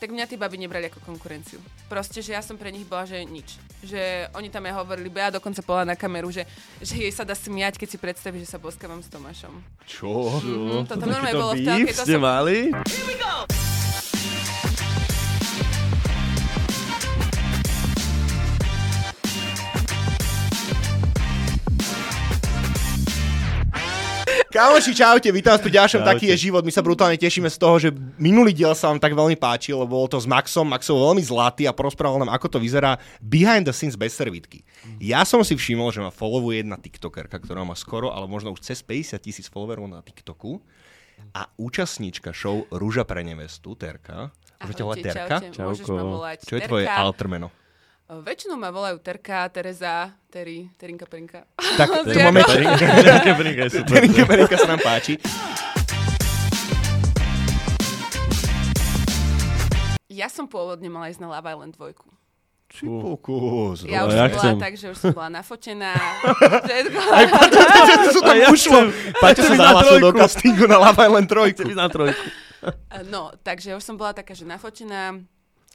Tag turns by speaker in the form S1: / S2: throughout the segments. S1: tak mňa tí baby nebrali ako konkurenciu. Proste, že ja som pre nich bola, že nič. Že oni tam ja hovorili, bo ja dokonca povedala na kameru, že, že jej sa dá smiať, keď si predstaví, že sa poskávam s Tomášom.
S2: Čo?
S1: Mhm, to tam
S2: Takýto
S1: normálne bolo v
S2: beef
S1: telke, to
S2: ste
S1: som-
S2: mali?
S3: Kámoši, čaute, vítam vás pri ďalšom
S2: Čaute.
S3: Taký je život. My sa brutálne tešíme z toho, že minulý diel sa vám tak veľmi páčil, lebo bolo to s Maxom. Max bol veľmi zlatý a porozprával nám, ako to vyzerá behind the scenes bez servítky. Ja som si všimol, že ma followuje jedna TikTokerka, ktorá má skoro, ale možno už cez 50 tisíc followerov na TikToku a účastníčka show Rúža pre nevestu, Terka. Môžete volať
S1: Ahojte,
S3: Terka?
S1: čaute, Môžeš
S2: Čauko.
S1: ma volať
S3: Čo je tvoje
S1: Terka.
S3: altermeno?
S1: Väčšinou ma volajú Terka, Tereza, Teri, Terinka, Perinka.
S3: Tak to
S1: Terka.
S3: máme...
S2: Terinka, Terinka je super.
S3: Terinka, Terinka sa nám páči.
S1: Ja som pôvodne mala ísť na Love Island 2.
S3: Či pokus.
S1: Ja už
S2: No, ja
S1: som bola
S2: chcem.
S1: tak, že už som bola nafotená. Všetko.
S3: To
S2: A
S3: tam
S2: ja
S3: ušlo.
S2: chcem-
S3: Paťo
S2: chcem
S3: sa
S2: ísť na
S3: zahlasil do
S2: trojku.
S3: castingu na Love Island 3.
S2: Chcem ísť na trojku.
S1: No, takže už som bola taká, že nafotená,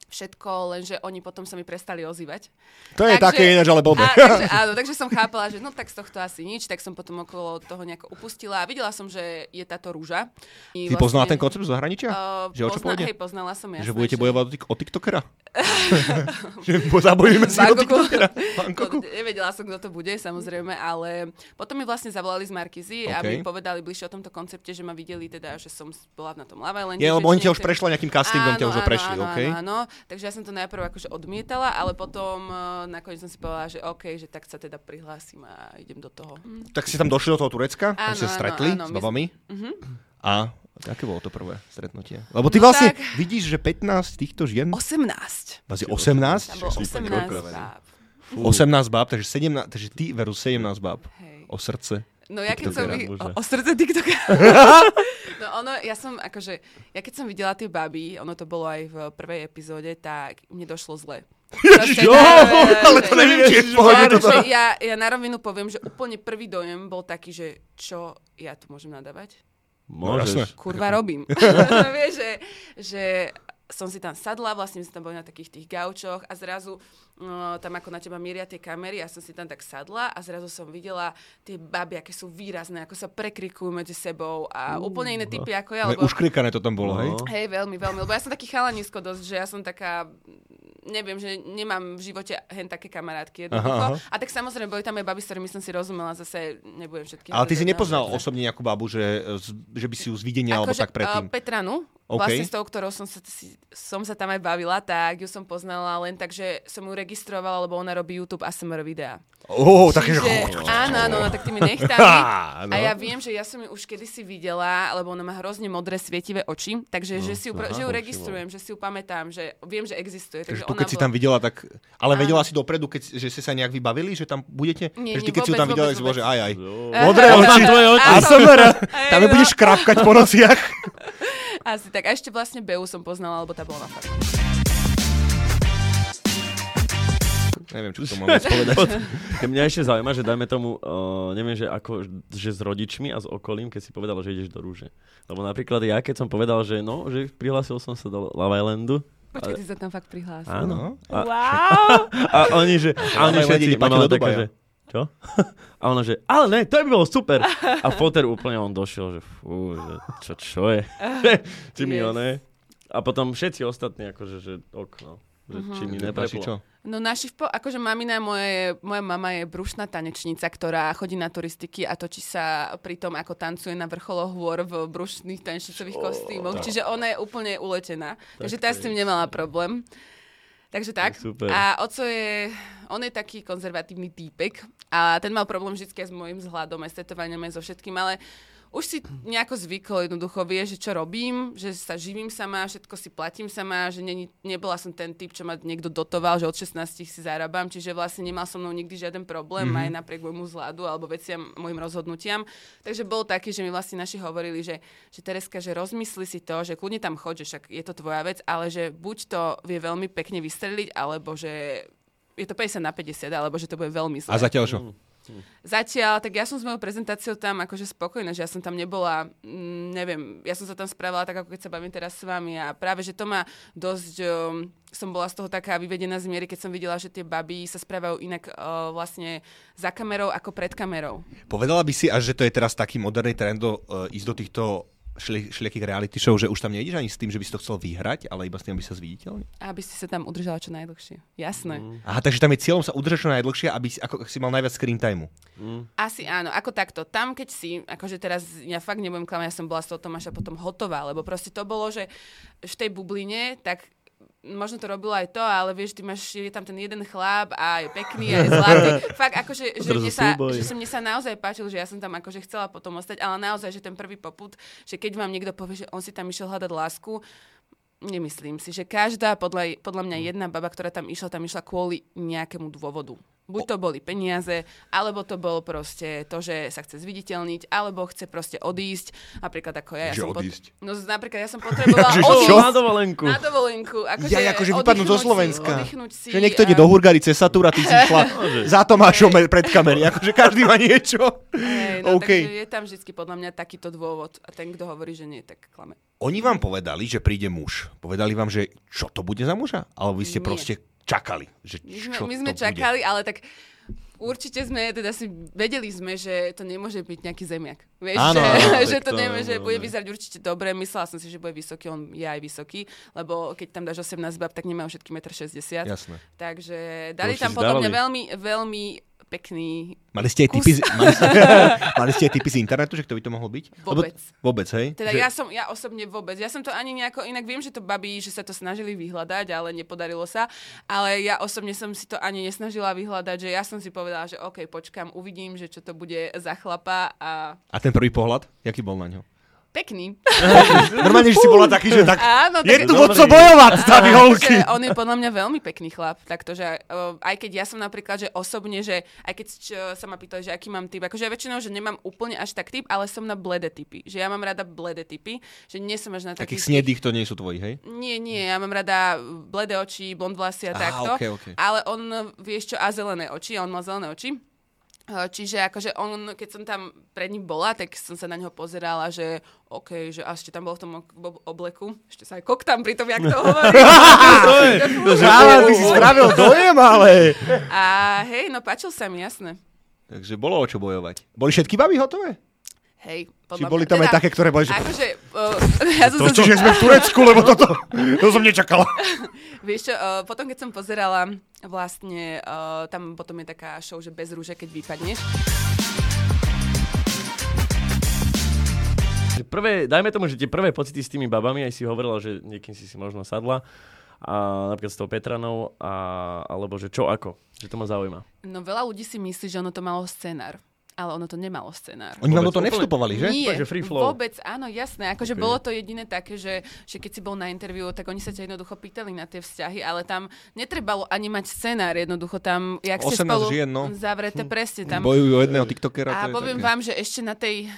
S1: všetko, lenže oni potom sa mi prestali ozývať.
S3: To je také ináč, ale blbé.
S1: A, takže, áno, takže som chápala, že no tak z tohto asi nič, tak som potom okolo toho nejako upustila a videla som, že je táto rúža.
S3: Ty poznala ten koncept z zahraničia?
S1: vlastne, Uh,
S3: že o čo
S1: pozna-
S3: pôjde?
S1: hej, poznala som jasné,
S3: že budete bojovať o tik- o TikTokera? že bo- zabojujeme si o
S1: Bangoku.
S3: TikTokera?
S1: To,
S3: Bangoku?
S1: nevedela som, kto to bude, samozrejme, ale potom mi vlastne zavolali z Markizy,
S3: OK.
S1: okay. aby povedali bližšie o tomto koncepte, že ma videli, teda, že som bola na tom Lava Islande.
S3: Nie,
S1: že
S3: lebo oni
S1: či
S3: ťa už
S1: nechcem-
S3: prešli nejakým castingom, ťa
S1: Áno,
S3: už
S1: áno,
S3: prešli,
S1: áno,
S3: OK?
S1: Áno, áno, takže ja som to najprv akože odmietala, ale potom eh, nakoniec som si povedala, že OK, že tak sa teda prihlásim a idem do toho.
S3: Tak si tam došli do toho Turecka, tam
S1: Áno,
S3: ste
S1: áno,
S3: stretli
S1: áno,
S3: s
S1: my
S3: babami.
S1: Mhm.
S3: A aké bolo to prvé stretnutie? Lebo ty
S1: No
S3: vlastne
S1: tak.
S3: vidíš, že 15 týchto žien,
S1: 18.
S3: vás je
S1: Tam
S3: 18,
S1: bolo
S2: Som úplne
S1: 18
S2: prekvapený.
S1: báb.
S3: 18 báb, takže, 17, takže ty versus 17 báb.
S1: Hej.
S3: O srdce.
S1: No ja keď som...
S2: TikTokera,
S1: Vy...
S2: bože.
S1: O, o srdce TikToka. no ono, ja som akože... Ja keď som videla tie baby, ono to bolo aj v prvej epizóde, tak mne došlo zle. Proste
S3: Jo,
S1: na-
S3: ale to neviem, či je v pohode
S1: Ja,
S3: toto.
S1: že ja, ja na rovinu poviem, že úplne prvý dojem bol taký, že čo ja tu môžem nadávať?
S3: No, jasné.
S2: Môžeš.
S1: Kurva, robím. Vieš, že, že som si tam sadla, vlastne my sme tam boli na takých tých gaučoch a zrazu no, tam ako na teba mieria tie kamery, ja som si tam tak sadla a zrazu som videla tie baby, aké sú výrazné, ako sa prekrikujú medzi sebou a úplne iné typy ako ja, lebo...
S3: Už krikané to tam bolo, hej?
S2: No.
S1: Hej, veľmi, veľmi, lebo ja som taký chalanisko dosť, že ja som taká, neviem, že nemám v živote hen také kamarátky
S3: Aha, aha.
S1: jednoducho. A tak samozrejme, boli tam aj baby, s ktorými som si rozumela, zase nebudem no, všetky.
S3: Ale ty si nepoznal osobne nejakú babu, že, z- že by si ju z videnia alebo tak
S1: Uh,
S3: predtým.
S1: Petranu,
S3: OK.
S1: okay. vlastne s tou, ktorou som sa, si, som sa tam aj bavila, tak ju som poznala len tak, že som ju registrovala, lebo ona robí YouTube ASMR videá.
S3: Ó, také, že...
S1: Áno, áno, no, tak tými
S3: Á,
S1: nechtami.
S3: no.
S1: A ja viem, že ja som ju už kedysi videla, lebo ona má hrozne modré svietivé oči,
S3: No,
S1: takže že, si ju,
S2: aha,
S1: aha, že ju
S2: všimol.
S1: registrujem, že si ju pamätám, že viem, že existuje. Takže
S3: Takže tu,
S1: ona
S3: keď si tam videla, tak... Ale vedela si dopredu, keď, že ste sa nejak vybavili, že tam budete?
S1: Nie,
S3: že
S1: nie,
S3: ty, keď si ju tam
S1: vôbec,
S3: videla,
S1: vôbec,
S3: si bola, že aj, aj.
S2: Jo.
S3: Modré
S1: Áno,
S3: oči,
S1: áno,
S2: tvoje oči.
S3: A
S1: áno.
S3: som
S1: Aj,
S3: Tam mi
S1: no.
S3: budeš krapkať po nociach.
S1: Asi tak. A ešte vlastne Beu som poznala, lebo tá bola na farme.
S3: Neviem, čo k tomu mám povedať.
S2: Ke mňa ešte zaujíma, že dajme tomu, uh, neviem, že, ako, že s rodičmi a s okolím, keď si povedala, že ideš do rúže. Lebo napríklad ja, keď som povedal, že no, že prihlásil som sa do Love Islandu.
S1: Počkaj, ty sa tam fakt prihlásil.
S2: Áno. A,
S1: Wow!
S2: a oni, že... A oni
S3: Love Island ide
S2: všetci,
S3: Paťo
S2: mama
S3: do
S2: taká,
S3: Dubaja.
S2: že... Čo? A ona, že, ale ne, to by bolo super. A Foter úplne on došiel, že fú, že čo, čo je? či mi
S1: Yes.
S2: yes. one. A potom všetci ostatní, akože, že okno. Že či mi
S3: Páči,
S2: nepreplo.
S3: čo?
S1: No naši, vpo- akože mamina moje, moja mama je brušná tanečnica, ktorá chodí na turistiky a točí sa pri tom, ako tancuje na vrcholoch hôr v brušných tanečnicových kostýmoch. Čiže ona je úplne uletená. takže tá s tým nemala problém. Takže tak.
S2: Super.
S1: A oco je, on je taký konzervatívny týpek a ten mal problém vždy aj s môjim vzhľadom, aj s tetovaním, aj so všetkým, ale už si nejako zvykol, jednoducho vie, že čo robím, že sa živím sama, všetko si platím sama, že neni- nebola som ten typ, čo ma niekto dotoval, že od 16 si zarábam, čiže vlastne nemal so mnou nikdy žiaden problém, mm-hmm. aj napriek môjmu vzhľadu alebo veciam, môjim rozhodnutiam. Takže bol taký, že mi vlastne naši hovorili, že, že Tereska, že rozmysli si to, že kľudne tam choď, že však je to tvoja vec, ale že buď to vie veľmi pekne vystreliť, alebo že je to 50 na 50, alebo že to bude veľmi zlé.
S3: A zatiaľ čo?
S1: Zatiaľ, tak ja som s mojou prezentáciou tam akože spokojná, že ja som tam nebola, mm, neviem, ja som sa tam spravila tak, ako keď sa bavím teraz s vami a práve, že to ma dosť, um, som bola z toho taká vyvedená z miery, keď som videla, že tie baby sa správajú inak uh, vlastne za kamerou ako pred kamerou.
S3: Povedala by si až, že to je teraz taký moderný trend do, uh, ísť do týchto šli- šliakých reality show, že už tam nejdeš ani s tým, že by si to chcel vyhrať, ale iba s tým, aby sa zviditeľnil?
S1: Aby si sa tam udržala čo najdlhšie. Jasné. Mm.
S3: Aha, takže tam je cieľom sa udržať čo najdlhšie, aby si, ako, si mal najviac screen timeu.
S1: Asi áno, ako takto. Tam, keď si, akože teraz ja fakt nebudem klamať, ja som bola z toho Tomáša potom hotová, lebo proste to bolo, že v tej bubline, tak možno to robilo aj to, ale vieš, ty máš, je tam ten jeden chlap a je pekný a je zlatý. Fakt, akože, že
S2: Odrazu
S1: mne, sa,
S2: súboj.
S1: že sa mne sa naozaj páčil, že ja som tam akože chcela potom ostať, ale naozaj, že ten prvý poput, že keď vám niekto povie, že on si tam išiel hľadať lásku, nemyslím si, že každá, podľa, podľa
S3: Mm.
S1: mňa jedna baba, ktorá tam išla, tam išla kvôli nejakému dôvodu. Buď to boli peniaze, alebo to bolo proste to, že sa chce zviditeľniť, alebo chce proste odísť. Napríklad ako ja. ja
S3: Že
S1: som
S3: odísť?
S1: Pot... No napríklad ja som potrebovala
S3: Že čo?
S1: odísť.
S2: Na dovolenku.
S1: Na dovolenku. Akože
S3: Ja akože vypadnú zo
S1: oddychnúť si-
S3: Slovenska.
S1: oddychnúť si, eh,
S3: že niekto ide
S1: a-
S3: do Hurgary cez Satura, ty si šla za Tomášom pred kamery. Akože každý má niečo.
S1: Hej, no,
S3: OK.
S1: Takže je tam vždy podľa mňa takýto dôvod. A ten, kto hovorí, že nie, tak klame.
S3: Oni vám povedali, že príde muž. Povedali vám, že čo to bude za muža? Alebo vy ste
S1: Nie.
S3: proste čakali, že
S1: My
S3: čo
S1: sme, my
S3: to
S1: sme
S3: bude?
S1: čakali, ale tak určite sme, teda si vedeli sme, že to nemôže byť nejaký zemiak. Vieš, že,
S3: Áno, áno, no,
S1: že
S2: tak
S1: to
S2: to
S1: nevie, že
S2: áno,
S1: bude
S2: ne.
S1: vyzerať určite dobre. Myslela som si, že bude vysoký, on je aj vysoký, lebo keď tam dáš 18 bab, tak nemajú všetky 1,60 m.
S3: Jasné.
S1: Takže dali
S2: už
S1: tam
S2: si
S1: podľa mňa
S2: zdávali.
S1: veľmi, veľmi pekný
S3: Mali ste, aj
S1: Kus.
S3: typy z, mali, ste, mali ste aj typy z internetu, že kto by to mohol byť?
S1: Vôbec.
S3: vôbec, hej?
S1: Teda
S3: že,
S1: ja som, ja osobne vôbec, ja som to ani nejako, inak viem, že to babí, že sa to snažili vyhľadať, ale nepodarilo sa, ale ja osobne som si to ani nesnažila vyhľadať, že ja som si povedala, že OK, počkám, uvidím, že čo to bude za chlapa a
S3: A ten prvý pohľad, jaký bol na ňo?
S1: pekný.
S3: Normálne, že si bola taký, že tak...
S1: Áno,
S3: Je
S1: tak-
S3: tu
S2: Dobrý.
S3: od co bojovať, staví holky!
S1: Takže on je podľa mňa veľmi pekný chlap, taktože aj keď ja som napríklad, že osobne, že aj keď č- sa ma pýtali, že aký mám typ, akože ja väčšinou, že nemám úplne až tak typ, ale som na bledé typy, že ja mám rada bledé typy, že nie som až na
S3: Takých
S1: takých
S3: snedých to nie sú tvoji, hej?
S1: Nie, nie, ja mám rada bledé oči, blond vlasy a
S3: Á,
S1: takto.
S3: okej, okej.
S1: Ale on, vieš čo, a zelené oči, a on mal zelené oči. E, Čiže akože on, keď som tam pred ním bola, tak som sa na neho pozerala, že OK, že a ešte tam bol v tom ok- ob- obleku, ešte sa aj kok tam pri tom, jak to hovorí.
S3: Áno, ty si spravil dojem, ale...
S1: A hej, no páčil sa mi, jasné.
S3: Takže bolo o čo bojovať. Boli všetky baby hotové?
S1: Hej,
S3: Či boli tam aj také, ktoré boli, že...
S1: Akože, uh, ja som
S3: To,
S1: sa...
S3: čiže sme v Turecku, lebo toto... To som nečakala.
S1: Vieš čo, uh, potom keď som pozerala, vlastne uh, tam potom je taká show, že bez rúže, keď vypadneš.
S2: Že Prvé, dajme tomu, že tie prvé pocity s tými babami, aj si hovorila, že niekým si si možno sadla, a napríklad s tou Petranou, a, alebo že čo ako, že to ma zaujíma.
S1: No veľa ľudí si myslí, že ono to malo scenár, ale ono to nemalo scenár.
S3: Oni
S2: Vôbec
S3: vám do toho
S2: úplne-
S3: nevstupovali, že?
S1: Nie,
S2: Takže free flow.
S1: vôbec, áno, jasné. Akože okay. bolo to jediné také, že, že keď si bol na interviu, tak oni sa ťa jednoducho pýtali na tie vzťahy, ale tam netrebalo ani mať scenár, jednoducho tam, jak ste
S3: 18
S1: spolu
S3: žien, no.
S1: zavrete,
S2: Hm.
S1: presne tam.
S3: Bojujú o jedného tiktokera.
S1: A
S3: to je
S1: poviem
S3: také.
S1: vám, že ešte na tej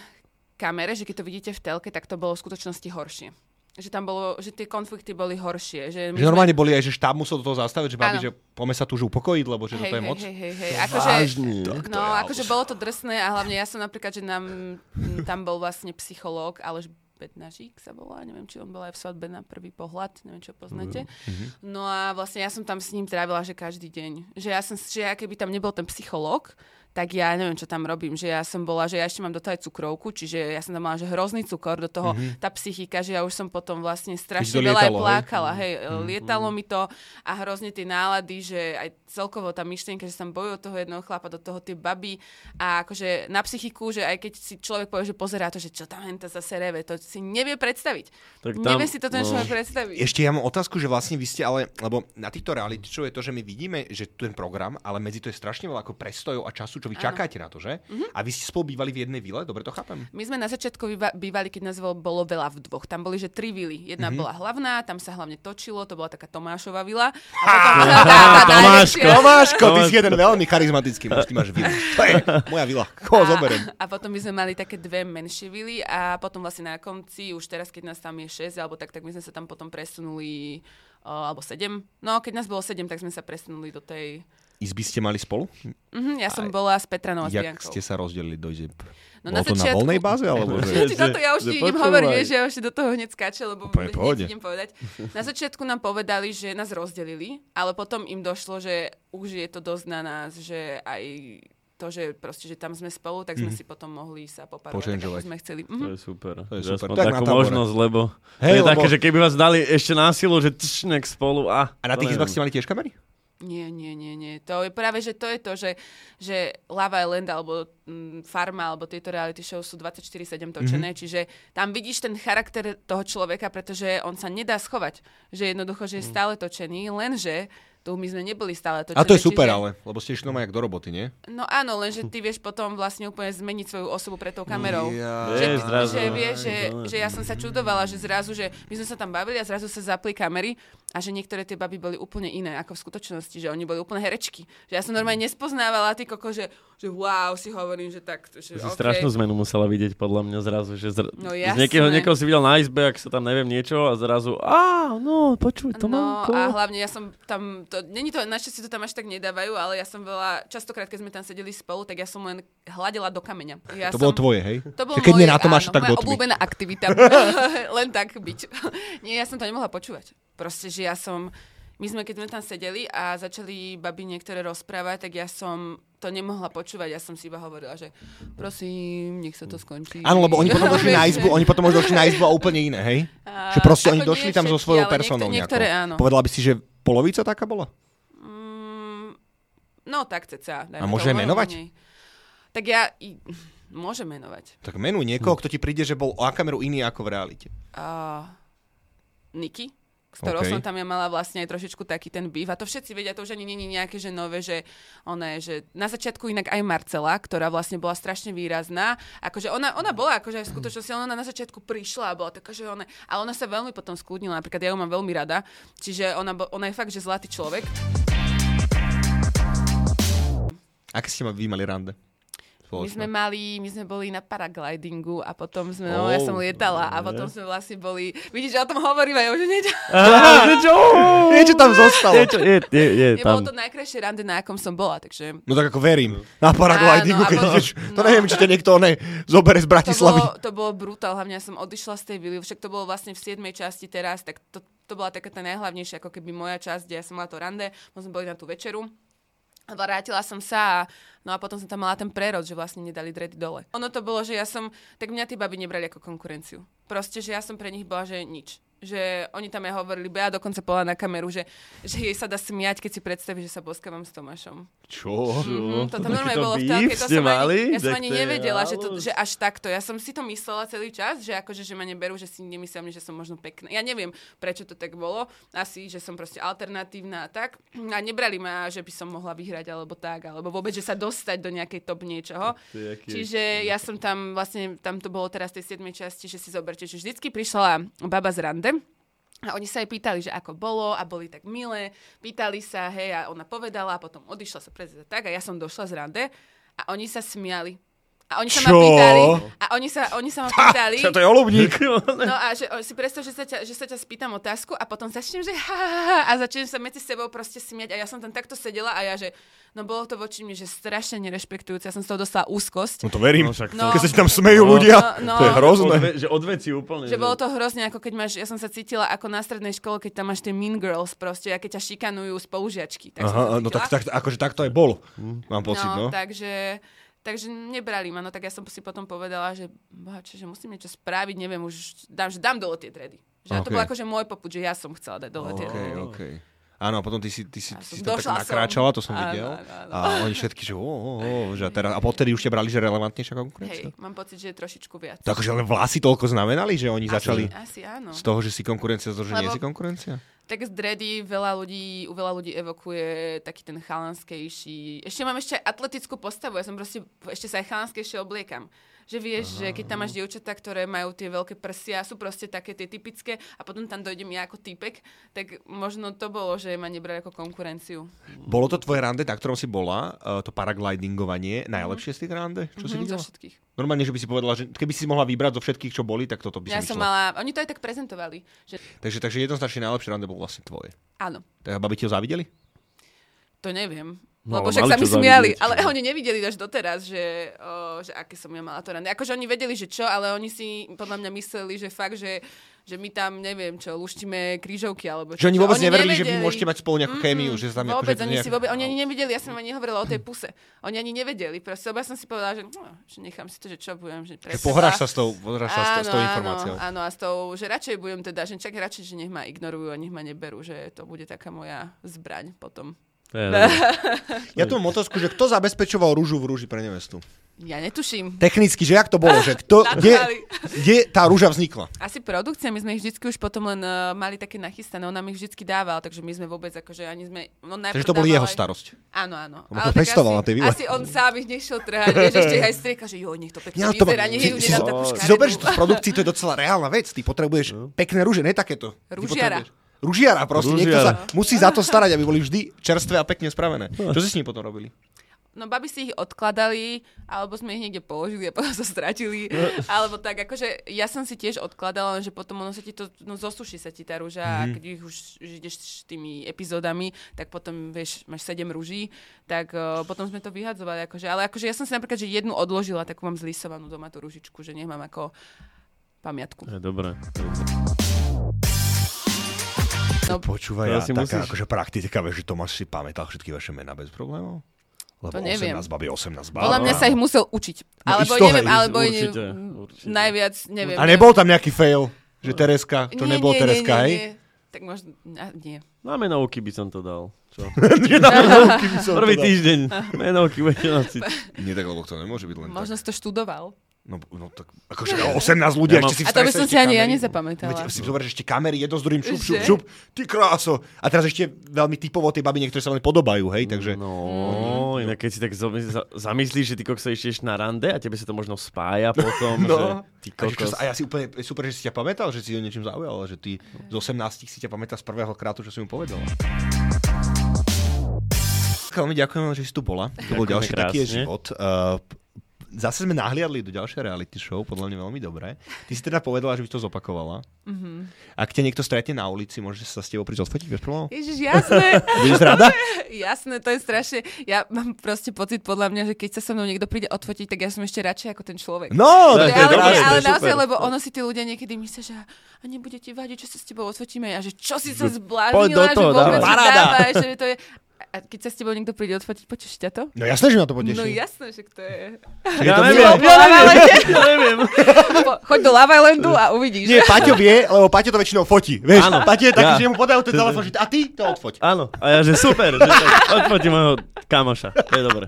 S1: kamere, že keď to vidíte v telke, tak to bolo v skutočnosti horšie. Že tam bolo, že tie konflikty boli horšie. Že, my
S3: Že
S1: sme-
S3: normálne boli aj, že štáb musel do toho zastaviť, že babi,
S1: Áno.
S3: že poďme sa tu už upokojiť, lebo že
S1: hej,
S3: toto je
S1: hej,
S3: moc.
S1: Hej, hej, hej. Akože,
S2: vážne.
S1: no, akože bolo to drsné a hlavne ja som napríklad, že nám, m, tam bol vlastne psychológ, Aleš Bednažík sa volá, neviem, či on bol aj v svadbe na prvý pohľad, neviem, čo poznáte.
S3: Mhm,
S1: No a vlastne ja som tam s ním trávila, že každý deň. Že ja som, že ja keby tam nebol ten psychológ, tak ja neviem, čo tam robím. Že ja som bola, že ja ešte mám do toho aj cukrovku, čiže ja som tam mala, že hrozný cukor do toho, tá psychika, že ja už som potom vlastne strašne veľa aj
S3: Mhm. lietalo, hej?
S1: plakala.
S2: Mm,
S1: Hej, e, lietalo mi to a hrozne tie nálady, že aj celkovo tá myšlienka, že som bojujú od toho jedného chlapa do toho tie baby a akože na psychiku, že aj keď si človek povie, že pozerá to, že čo tam henta zase reve, to si nevie predstaviť.
S2: Tak tam-
S1: nevie si to ten
S2: no.
S1: človek predstaviť.
S3: Ešte ja mám otázku, že vlastne vy ste ale, lebo na týchto reality show je to, že my vidíme, že ten program, ale medzi to je strašne veľa ako prestojov a času, čo vy čakáte na to, že?
S1: Mhm.
S3: A vy ste spolu bývali v jednej vile, dobre to chápem?
S1: My sme na začiatku býva- bývali, keď nás bolo- bolo veľa v dvoch. Tam boli, že tri vily.
S2: Mhm.
S1: Jedna bola hlavná, tam sa hlavne točilo, to bola taká Tomášova vila. A potom bola tá, tá najväčšia.
S3: Tomáško, ty si jeden veľmi charizmatický muž, ty máš vilu. To je moja vila, koho zoberiem?
S1: A, a potom my sme mali také dve menšie vily a potom vlastne na konci, už teraz, keď nás tam je 6 alebo tak, tak my sme sa tam potom presunuli uh, alebo sedem. No, keď nás bolo sedem, tak sme sa presunuli do tej...
S3: Izby ste mali spolu?
S1: Mhm, ja som bola s Petranou a s
S3: Jak
S1: Biankou.
S3: ste sa rozdelili do izieb?
S1: No,
S3: Bolo to na voľnej báze? Alebo že...
S1: Že, toto ja už
S2: že
S1: ti idem
S2: počúvaj.
S1: hovoriť, vieš, ja už ti do toho hneď skáče, lebo
S3: Úplne v
S1: hneď
S3: pohode.
S1: ti idem povedať. Na začiatku nám povedali, že nás rozdelili, ale potom im došlo, že už je to dosť na nás, že aj to, že proste, že tam sme spolu, tak sme si potom mohli sa poparovať, tak, ako
S3: Mhm. Počenžovať.
S1: sme chceli.
S2: To
S1: Mhm.
S2: je super.
S3: To je
S2: Že
S3: super.
S2: aspoň
S3: Tak na
S2: takú
S3: tábore.
S2: možnosť, lebo to
S3: Hej,
S2: je také,
S3: lebo-
S2: že keby vás dali ešte na silu, že tšnek spolu a...
S3: A na
S2: to neviem.
S3: tých izbách ste mali tiež kamery?
S1: Nie, nie, nie, nie. To je práve, že to je to, že, že Lava Island alebo mm, Farma alebo tieto reality show sú 24-7
S3: Mhm.
S1: točené, čiže tam vidíš ten charakter toho človeka, pretože on sa nedá schovať. Že jednoducho, že je stále točený, lenže tu my sme neboli stále točení.
S3: Mhm. A to je super,
S1: čiže,
S3: ale, lebo ste išli doma jak do roboty, nie?
S1: No áno, lenže ty vieš potom vlastne úplne zmeniť svoju osobu pred tou kamerou.
S3: No,
S1: Že,
S3: Ja.
S2: Vieš, zrazu.
S1: že vieš, že,
S2: Dobre.
S1: že ja som sa čudovala, že zrazu, že my sme sa tam bavili a zrazu sa zapli kamery a že niektoré tie baby boli úplne iné ako v skutočnosti, že oni boli úplne herečky. Že ja som normálne nespoznávala ty koko, že, že wow, si hovorím, že tak, že
S2: Si
S1: okay.
S2: strašnú zmenu musela vidieť podľa mňa zrazu, že zra...
S1: No
S2: z
S1: jasné.
S2: niekého, niekoho si videl na izbe, ak sa tam neviem niečo a zrazu, a no, počuj, to
S1: No
S2: mám ko...
S1: a hlavne ja som tam, to, není to, našťastie to tam až tak nedávajú, ale ja som veľa, častokrát, keď sme tam sedeli spolu, tak ja som len hladila do kameňa. Ja
S3: To
S1: som,
S3: bolo tvoje, hej?
S1: To bolo
S3: Že keď
S1: moje,
S3: nie na to máš,
S1: áno,
S3: tak
S1: moja
S3: do tmy.
S1: obľúbená aktivita. Len tak byť. Nie, ja som to nemohla počúvať. Proste, že ja som... My sme, keď sme tam sedeli a začali babi niektoré rozprávať, tak ja som to nemohla počúvať. Ja som si iba hovorila, že prosím, nech sa to skončí.
S3: Áno, lebo oni potom došli na
S1: Vieš,
S3: izbu,
S1: že-
S3: oni potom už došli na izbu a úplne iné, hej?
S1: A-
S3: Že proste oni
S1: ako nie
S3: došli tam so
S1: všetky,
S3: svojou
S1: ale
S3: personou
S1: niekto- niektoré áno.
S3: nejakou. Povedala by si, že polovica taká bola?
S1: Mm, no tak, ceca. dajme
S3: A
S1: to,
S3: môže
S1: lebo
S3: menovať?
S1: menej. Tak ja... i- Môžem menovať.
S3: Tak menu niekoho, kto ti príde, že bol o kameru iný ako v realite.
S1: uh, Niky, s ktorou
S3: OK.
S1: som tam ja mala vlastne aj trošičku taký ten býv. A to všetci vedia, to už ani není nejaké, že nové, že ona je, že na začiatku inak aj Marcela, ktorá vlastne bola strašne výrazná. Akože ona, ona bola akože aj v skutočnosti, ale ona na začiatku prišla a bola taká, že ona, ale ona sa veľmi potom skľudnila. Napríklad ja ju mám veľmi rada, čiže ona, bo- ona je fakt, že zlatý človek.
S3: Aké ste ma- vy mali rande?
S1: My sme
S3: Spoločné.
S1: mali, my sme boli na paraglidingu a potom sme, no, ja
S2: Oh,
S1: som lietala a potom sme vlastne boli, vidíš, že o tom hovoríme, ja už niečo.
S2: Á, že čo?
S3: Niečo tam zostalo.
S2: Niečo, je, je, je,
S1: Nebolo
S2: tam.
S1: to najkrajšie rande, na akom som bola, takže
S3: No tak ako verím. Na
S1: Áno,
S3: paraglidingu,
S1: a
S3: keď
S1: potom-
S3: ideš, to
S1: no.
S3: neviem, či ťa niekto ne, zobere z
S1: to
S3: Bratislavy.
S1: bolo, to bolo brutál, hlavne ja som odišla z tej vily, však to bolo vlastne v 7. časti teraz, tak to, to bola taká tá najhlavnejšia, ako keby moja časť, kde ja som mala to rande, potom sme boli na tú večeru. A vrátila som sa a, no a potom som tam mala ten prerod, že vlastne nedali dredy dole. Ono to bolo, že ja som, tak mňa tí baby nebrali ako konkurenciu. Proste, že ja som pre nich bola, že nič. Že oni tam aj hovorili, Bea dokonca povedala na kameru, že, že jej sa dá smiať, keď si predstaví, že sa boskávam s Tomášom.
S3: Čo?
S1: Mm, toto
S2: no, Takýto
S1: normálne bolo v
S2: beef
S1: telke, to
S2: ste
S1: som
S2: mali?
S1: ani, ja som
S2: Tak
S1: ani
S2: to je
S1: nevedela, že, to,
S2: halus.
S1: že až takto. Ja som si to myslela celý čas, že akože, že ma neberú, že si nemyslia mne, že som možno pekná. Ja neviem, prečo to tak bolo. Asi, že som proste alternatívna a tak. A nebrali ma, že by som mohla vyhrať alebo tak, alebo vôbec, že sa dostať do nejakej top niečoho.
S2: je aký-
S1: Čiže ja som tam vlastne, tam to bolo teraz v tej 7. časti, že si zoberte, že vždycky prišla baba z randem a oni sa jej pýtali, že ako bolo a boli tak milé. Pýtali sa, hej, a ona povedala a potom odišla sa prezident tak a ja som došla z rande a oni sa smiali. A oni sa ma
S3: Čo?
S1: pýtali, a oni sa, oni sa ma pýtali,
S3: Čo to je olubník?
S1: no a že o, si predstav, že sa, ťa, že sa ťa spýtam otázku a potom začnem, že ha, ha, ha, a začnem sa medzi sebou proste smiať a ja som tam takto sedela a ja, že no bolo to voči mne, že strašne nerešpektujúce, ja som z toho dostala úzkosť.
S3: No to verím.
S2: No však
S1: No.
S2: to.
S3: Keď sa ti tam smejú
S2: No.
S3: ľudia,
S1: No, no.
S3: to je hrozné.
S2: Odve, že odveci úplne.
S1: Že
S3: Mhm.
S1: bolo to hrozne, ako keď máš, ja som sa cítila ako na strednej škole, keď tam máš tie mean girls proste, a keď ťa šikanujú spolužiačky. Tak som sa
S3: Aha, no
S1: cítila.
S3: tak, tak, akože tak to aj bol.
S2: Hm.
S3: Mám pocit,
S1: no,
S3: no.
S1: takže, takže nebrali ma, no tak ja som si potom povedala, že boha, čiže musím niečo spraviť, neviem, už dám, že dám dole tie dredy. Že okay. to
S3: Okay.
S1: bol akože môj poput, že ja som chcela dať dole tie
S3: OK,
S1: dredy.
S3: OK. Áno, a potom ty si, ty si,
S1: A
S3: si
S1: som-
S3: tam
S1: došla
S3: tak nakráčala, to som
S1: som. Áno,
S3: videl.
S1: áno, áno.
S3: A oni všetky, že, ó, ó, ó, že a teraz, a potedy už ťa brali, že relevantnejšia
S1: Hej,
S3: konkurencia?
S1: mám pocit, že je trošičku viac.
S3: To akože len vlasy toľko znamenali, že oni začali
S1: Asi, asi áno.
S3: z toho, že si konkurencia, z toho, že nie
S1: Lebo-
S3: si konkurencia?
S1: Tak z dredy veľa ľudí, u veľa ľudí evokuje taký ten chalanskejší. Ešte mám ešte aj atletickú postavu, ja som proste, ešte sa aj chalanskejšie obliekam. Že vieš, že keď tam máš dievčatá, ktoré majú tie veľké prsia, sú proste také tie typické a potom tam dojdem ja ako typek, tak možno to bolo, že ma nebrali ako konkurenciu.
S3: Bolo to tvoje rande, na ktorom si bola, eh, to paraglidingovanie, najlepšie z tých rande, čo
S1: Mhm, zo
S3: si videla?
S1: všetkých.
S3: Normálne, že by si povedala, že keby si mohla vybrať zo všetkých, čo boli, tak toto by
S1: Ja
S3: si vyšla.
S1: som mala, oni to aj tak prezentovali, že
S3: Takže, takže jednoznačne najlepšie rande bolo vlastne tvoje.
S1: áno,
S3: Tak babi ti ho zavideli?
S1: to neviem.
S2: No,
S1: No, Lebo
S2: ale
S1: však
S2: mali
S1: sa mi
S2: čo
S1: smiali,
S2: zavidieť,
S1: ale
S3: no.
S2: čo?
S1: oni nevideli až doteraz, že, o, že aké som ja mala to rande. Akože oni vedeli, že čo, ale oni si podľa mňa mysleli, že fakt, že, že my tam, neviem čo, luštíme krížovky alebo čo.
S3: Že oni
S1: čo.
S3: vôbec neverili, že vy môžete mať spolu nejakú
S1: Mm-mm.
S3: chémiu, že sa tam
S1: vôbec,
S3: akože
S1: oni,
S3: nejak-
S1: si vôbec, oni ani nevedeli, ja som ani nehovorila o tej puse. Oni ani nevedeli, proste, lebo ja som si povedala, že, no, že nechám si to, že čo budem, že pre
S3: Že
S1: seba.
S3: pohráš sa s tou, pohráš sa s tou, s tou
S1: Áno,
S3: informáciou.
S1: Áno, áno, a s tou, že radšej budem teda, že čak radšej, že nech ma ignorujú a nech ma neberú, že to bude taká moja zbraň potom.
S2: To je dobré.
S3: Ja tu mám otázku, že kto zabezpečoval rúžu v rúži pre nevestu?
S1: Ja netuším.
S3: Technicky, že jak to bolo? Že kto, kde,
S1: Natrhali.
S3: kde tá rúža vznikla?
S1: Asi produkcia, my sme ich vždycky už potom len uh, mali také nachystané, on nám ich vždycky dával, takže my sme vôbec akože ani sme... On najprv
S3: Takže to bol jeho
S1: dával aj-
S3: starosť.
S1: Áno, áno.
S3: On to
S1: tak
S3: pestoval na tej vile.
S1: asi on sám ich nešiel trhať, vieš, ešte ich aj strieka, že jo, nech to pekne
S3: Ja, to
S1: vyzerá, nech
S3: si,
S1: ju
S3: si,
S1: nedám takú
S3: si
S1: škaredú.
S3: zober, že to v produkcii to je docela reálna vec. Ty potrebuješ pekné rúže, ne takéto. Ty
S1: Rúžiara.
S3: potrebuješ- Rúžiara proste. Niekto
S2: Rúžiara.
S3: sa musí za to starať, aby boli vždy čerstvé a pekne spravené. Čo si s ním potom robili?
S1: No baby si ich odkladali, alebo sme ich niekde položili a potom sa stratili. alebo tak, akože ja som si tiež odkladala, lenže potom ono sa ti to, no zosuší sa ti tá rúža mm-hmm. a
S3: Mhm.
S1: keď ich už že ideš s tými epizódami, tak potom, vieš, máš sedem rúží, tak uh, potom sme to vyhadzovali. Akože, ale akože ja som si napríklad, že jednu odložila, takú mám zlisovanú doma tú rúžičku, že nech mám ako pamiatku.
S2: To je dobré.
S1: No,
S2: To
S3: Počúvaj, ja
S2: asi
S3: taká
S2: musíš.
S3: akože praktika, vieš, že Tomáš si pamätal všetky vaše mená bez problémov? Lebo
S1: To neviem.
S3: 18 babi, 18 babi.
S1: podľa mňa sa ich musel učiť.
S3: No,
S1: alebo
S3: isto,
S1: neviem,
S3: hej,
S1: alebo
S2: určite, určite.
S1: najviac, neviem.
S3: A nebol tam nejaký fail? Že Tereska, to
S1: No. Nie,
S3: nebol
S1: nie, nie,
S3: Tereska,
S1: nie,
S3: hej?
S1: nie. Tak možno, a, nie.
S2: Na menovky by som to dal. Čo?
S3: Kým som to
S2: Prvý
S3: dal?
S2: týždeň menovky budete nosiť.
S3: Nie, tak lebo to nemôže byť len
S1: Možno si to študoval.
S3: No, no tak, akože 18 ľudí,
S2: Ja
S3: ja
S2: mám-
S3: ešte si
S1: A to by
S3: vstrese
S1: som
S3: ešte
S1: si ani ja
S3: kamery.
S1: nezapamätala.
S3: Viete, si zober, že ešte kamery, jedno s druhým, šup, šup,
S1: Že?
S3: šup, ty kráso. A teraz ešte veľmi typovo tie baby, niektoré sa len podobajú, hej, takže... No.
S2: No,
S1: Mhm.
S2: inak keď si tak zam- za- zamyslíš, že ty kokso ideš na rande a tebe sa to možno spája potom, že ty No.
S3: Takže čo
S2: kokos.
S3: sa- No. a ja si úplne super, že si ťa pamätal, že si ho niečím zaujal, že ty z 18 si ťa pamätá z prvého krátu, čo si mu povedal. Veľmi ďakujem, že si tu bola. To
S2: Ďakujeme
S3: bol ďalší taký je
S2: krásne.
S3: život. Uh, p- zase sme nahliadli do ďalšej reality show, podľa mňa veľmi dobré. Ty si teda povedala, že by si to zopakovala. Ak ťa niekto stretne na ulici, môže sa s tebou prísť odfotiť bez problémov?
S1: Ježiš, jasné.
S3: Budeš rada?
S1: jasné, to je strašne. Ja mám proste pocit podľa mňa, že keď sa so mnou niekto príde odfotiť, tak ja som ešte radšej ako ten človek.
S3: No,
S2: To
S1: ale,
S2: je
S3: tak to je
S1: ale,
S3: krásne.
S1: ale
S2: super.
S1: naozaj, lebo ono si tí ľudia niekedy myslia, že a nebude ti vadiť, čo sa s tebou odfotíme a že čo si sa
S2: Poď do
S1: zbláznila, že
S2: toho,
S1: vôbec
S2: dávaj.
S1: že
S3: Paráda.
S1: dávaj, že to je... A keď sa s tebou niekto príde odfotiť, počuješ ťa to?
S3: No jasné, že ma to poteší.
S1: No jasné, že to je... No,
S2: ja,
S3: to
S2: neviem,
S1: milé.
S2: ja neviem, ja neviem.
S1: Po- Choď do Lava Islandu a uvidíš.
S3: Nie, Paťo vie, lebo Paťo to väčšinou fotí. Vieš,
S2: Áno.
S3: Paťo je taký,
S2: Ja.
S3: že mu podajú ten telefón, že a ty to odfoť.
S2: Áno, a ja že super, že tak odfotím mojho kamoša, to je dobré.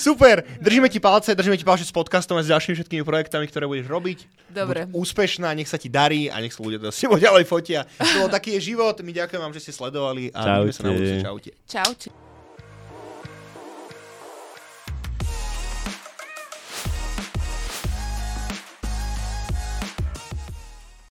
S3: Super, držíme ti palce, držíme ti palce s podcastom a s ďalšími všetkými projektami, ktoré budeš robiť.
S1: Dobre.
S3: Buď úspešná, nech sa ti darí a nech sa ľudia teda s tebou ďalej fotia. To bol taký je život, my ďakujem vám, že ste sledovali a vidíme sa na
S2: Čaute.
S3: budúce. Čaute.
S1: Čau. či-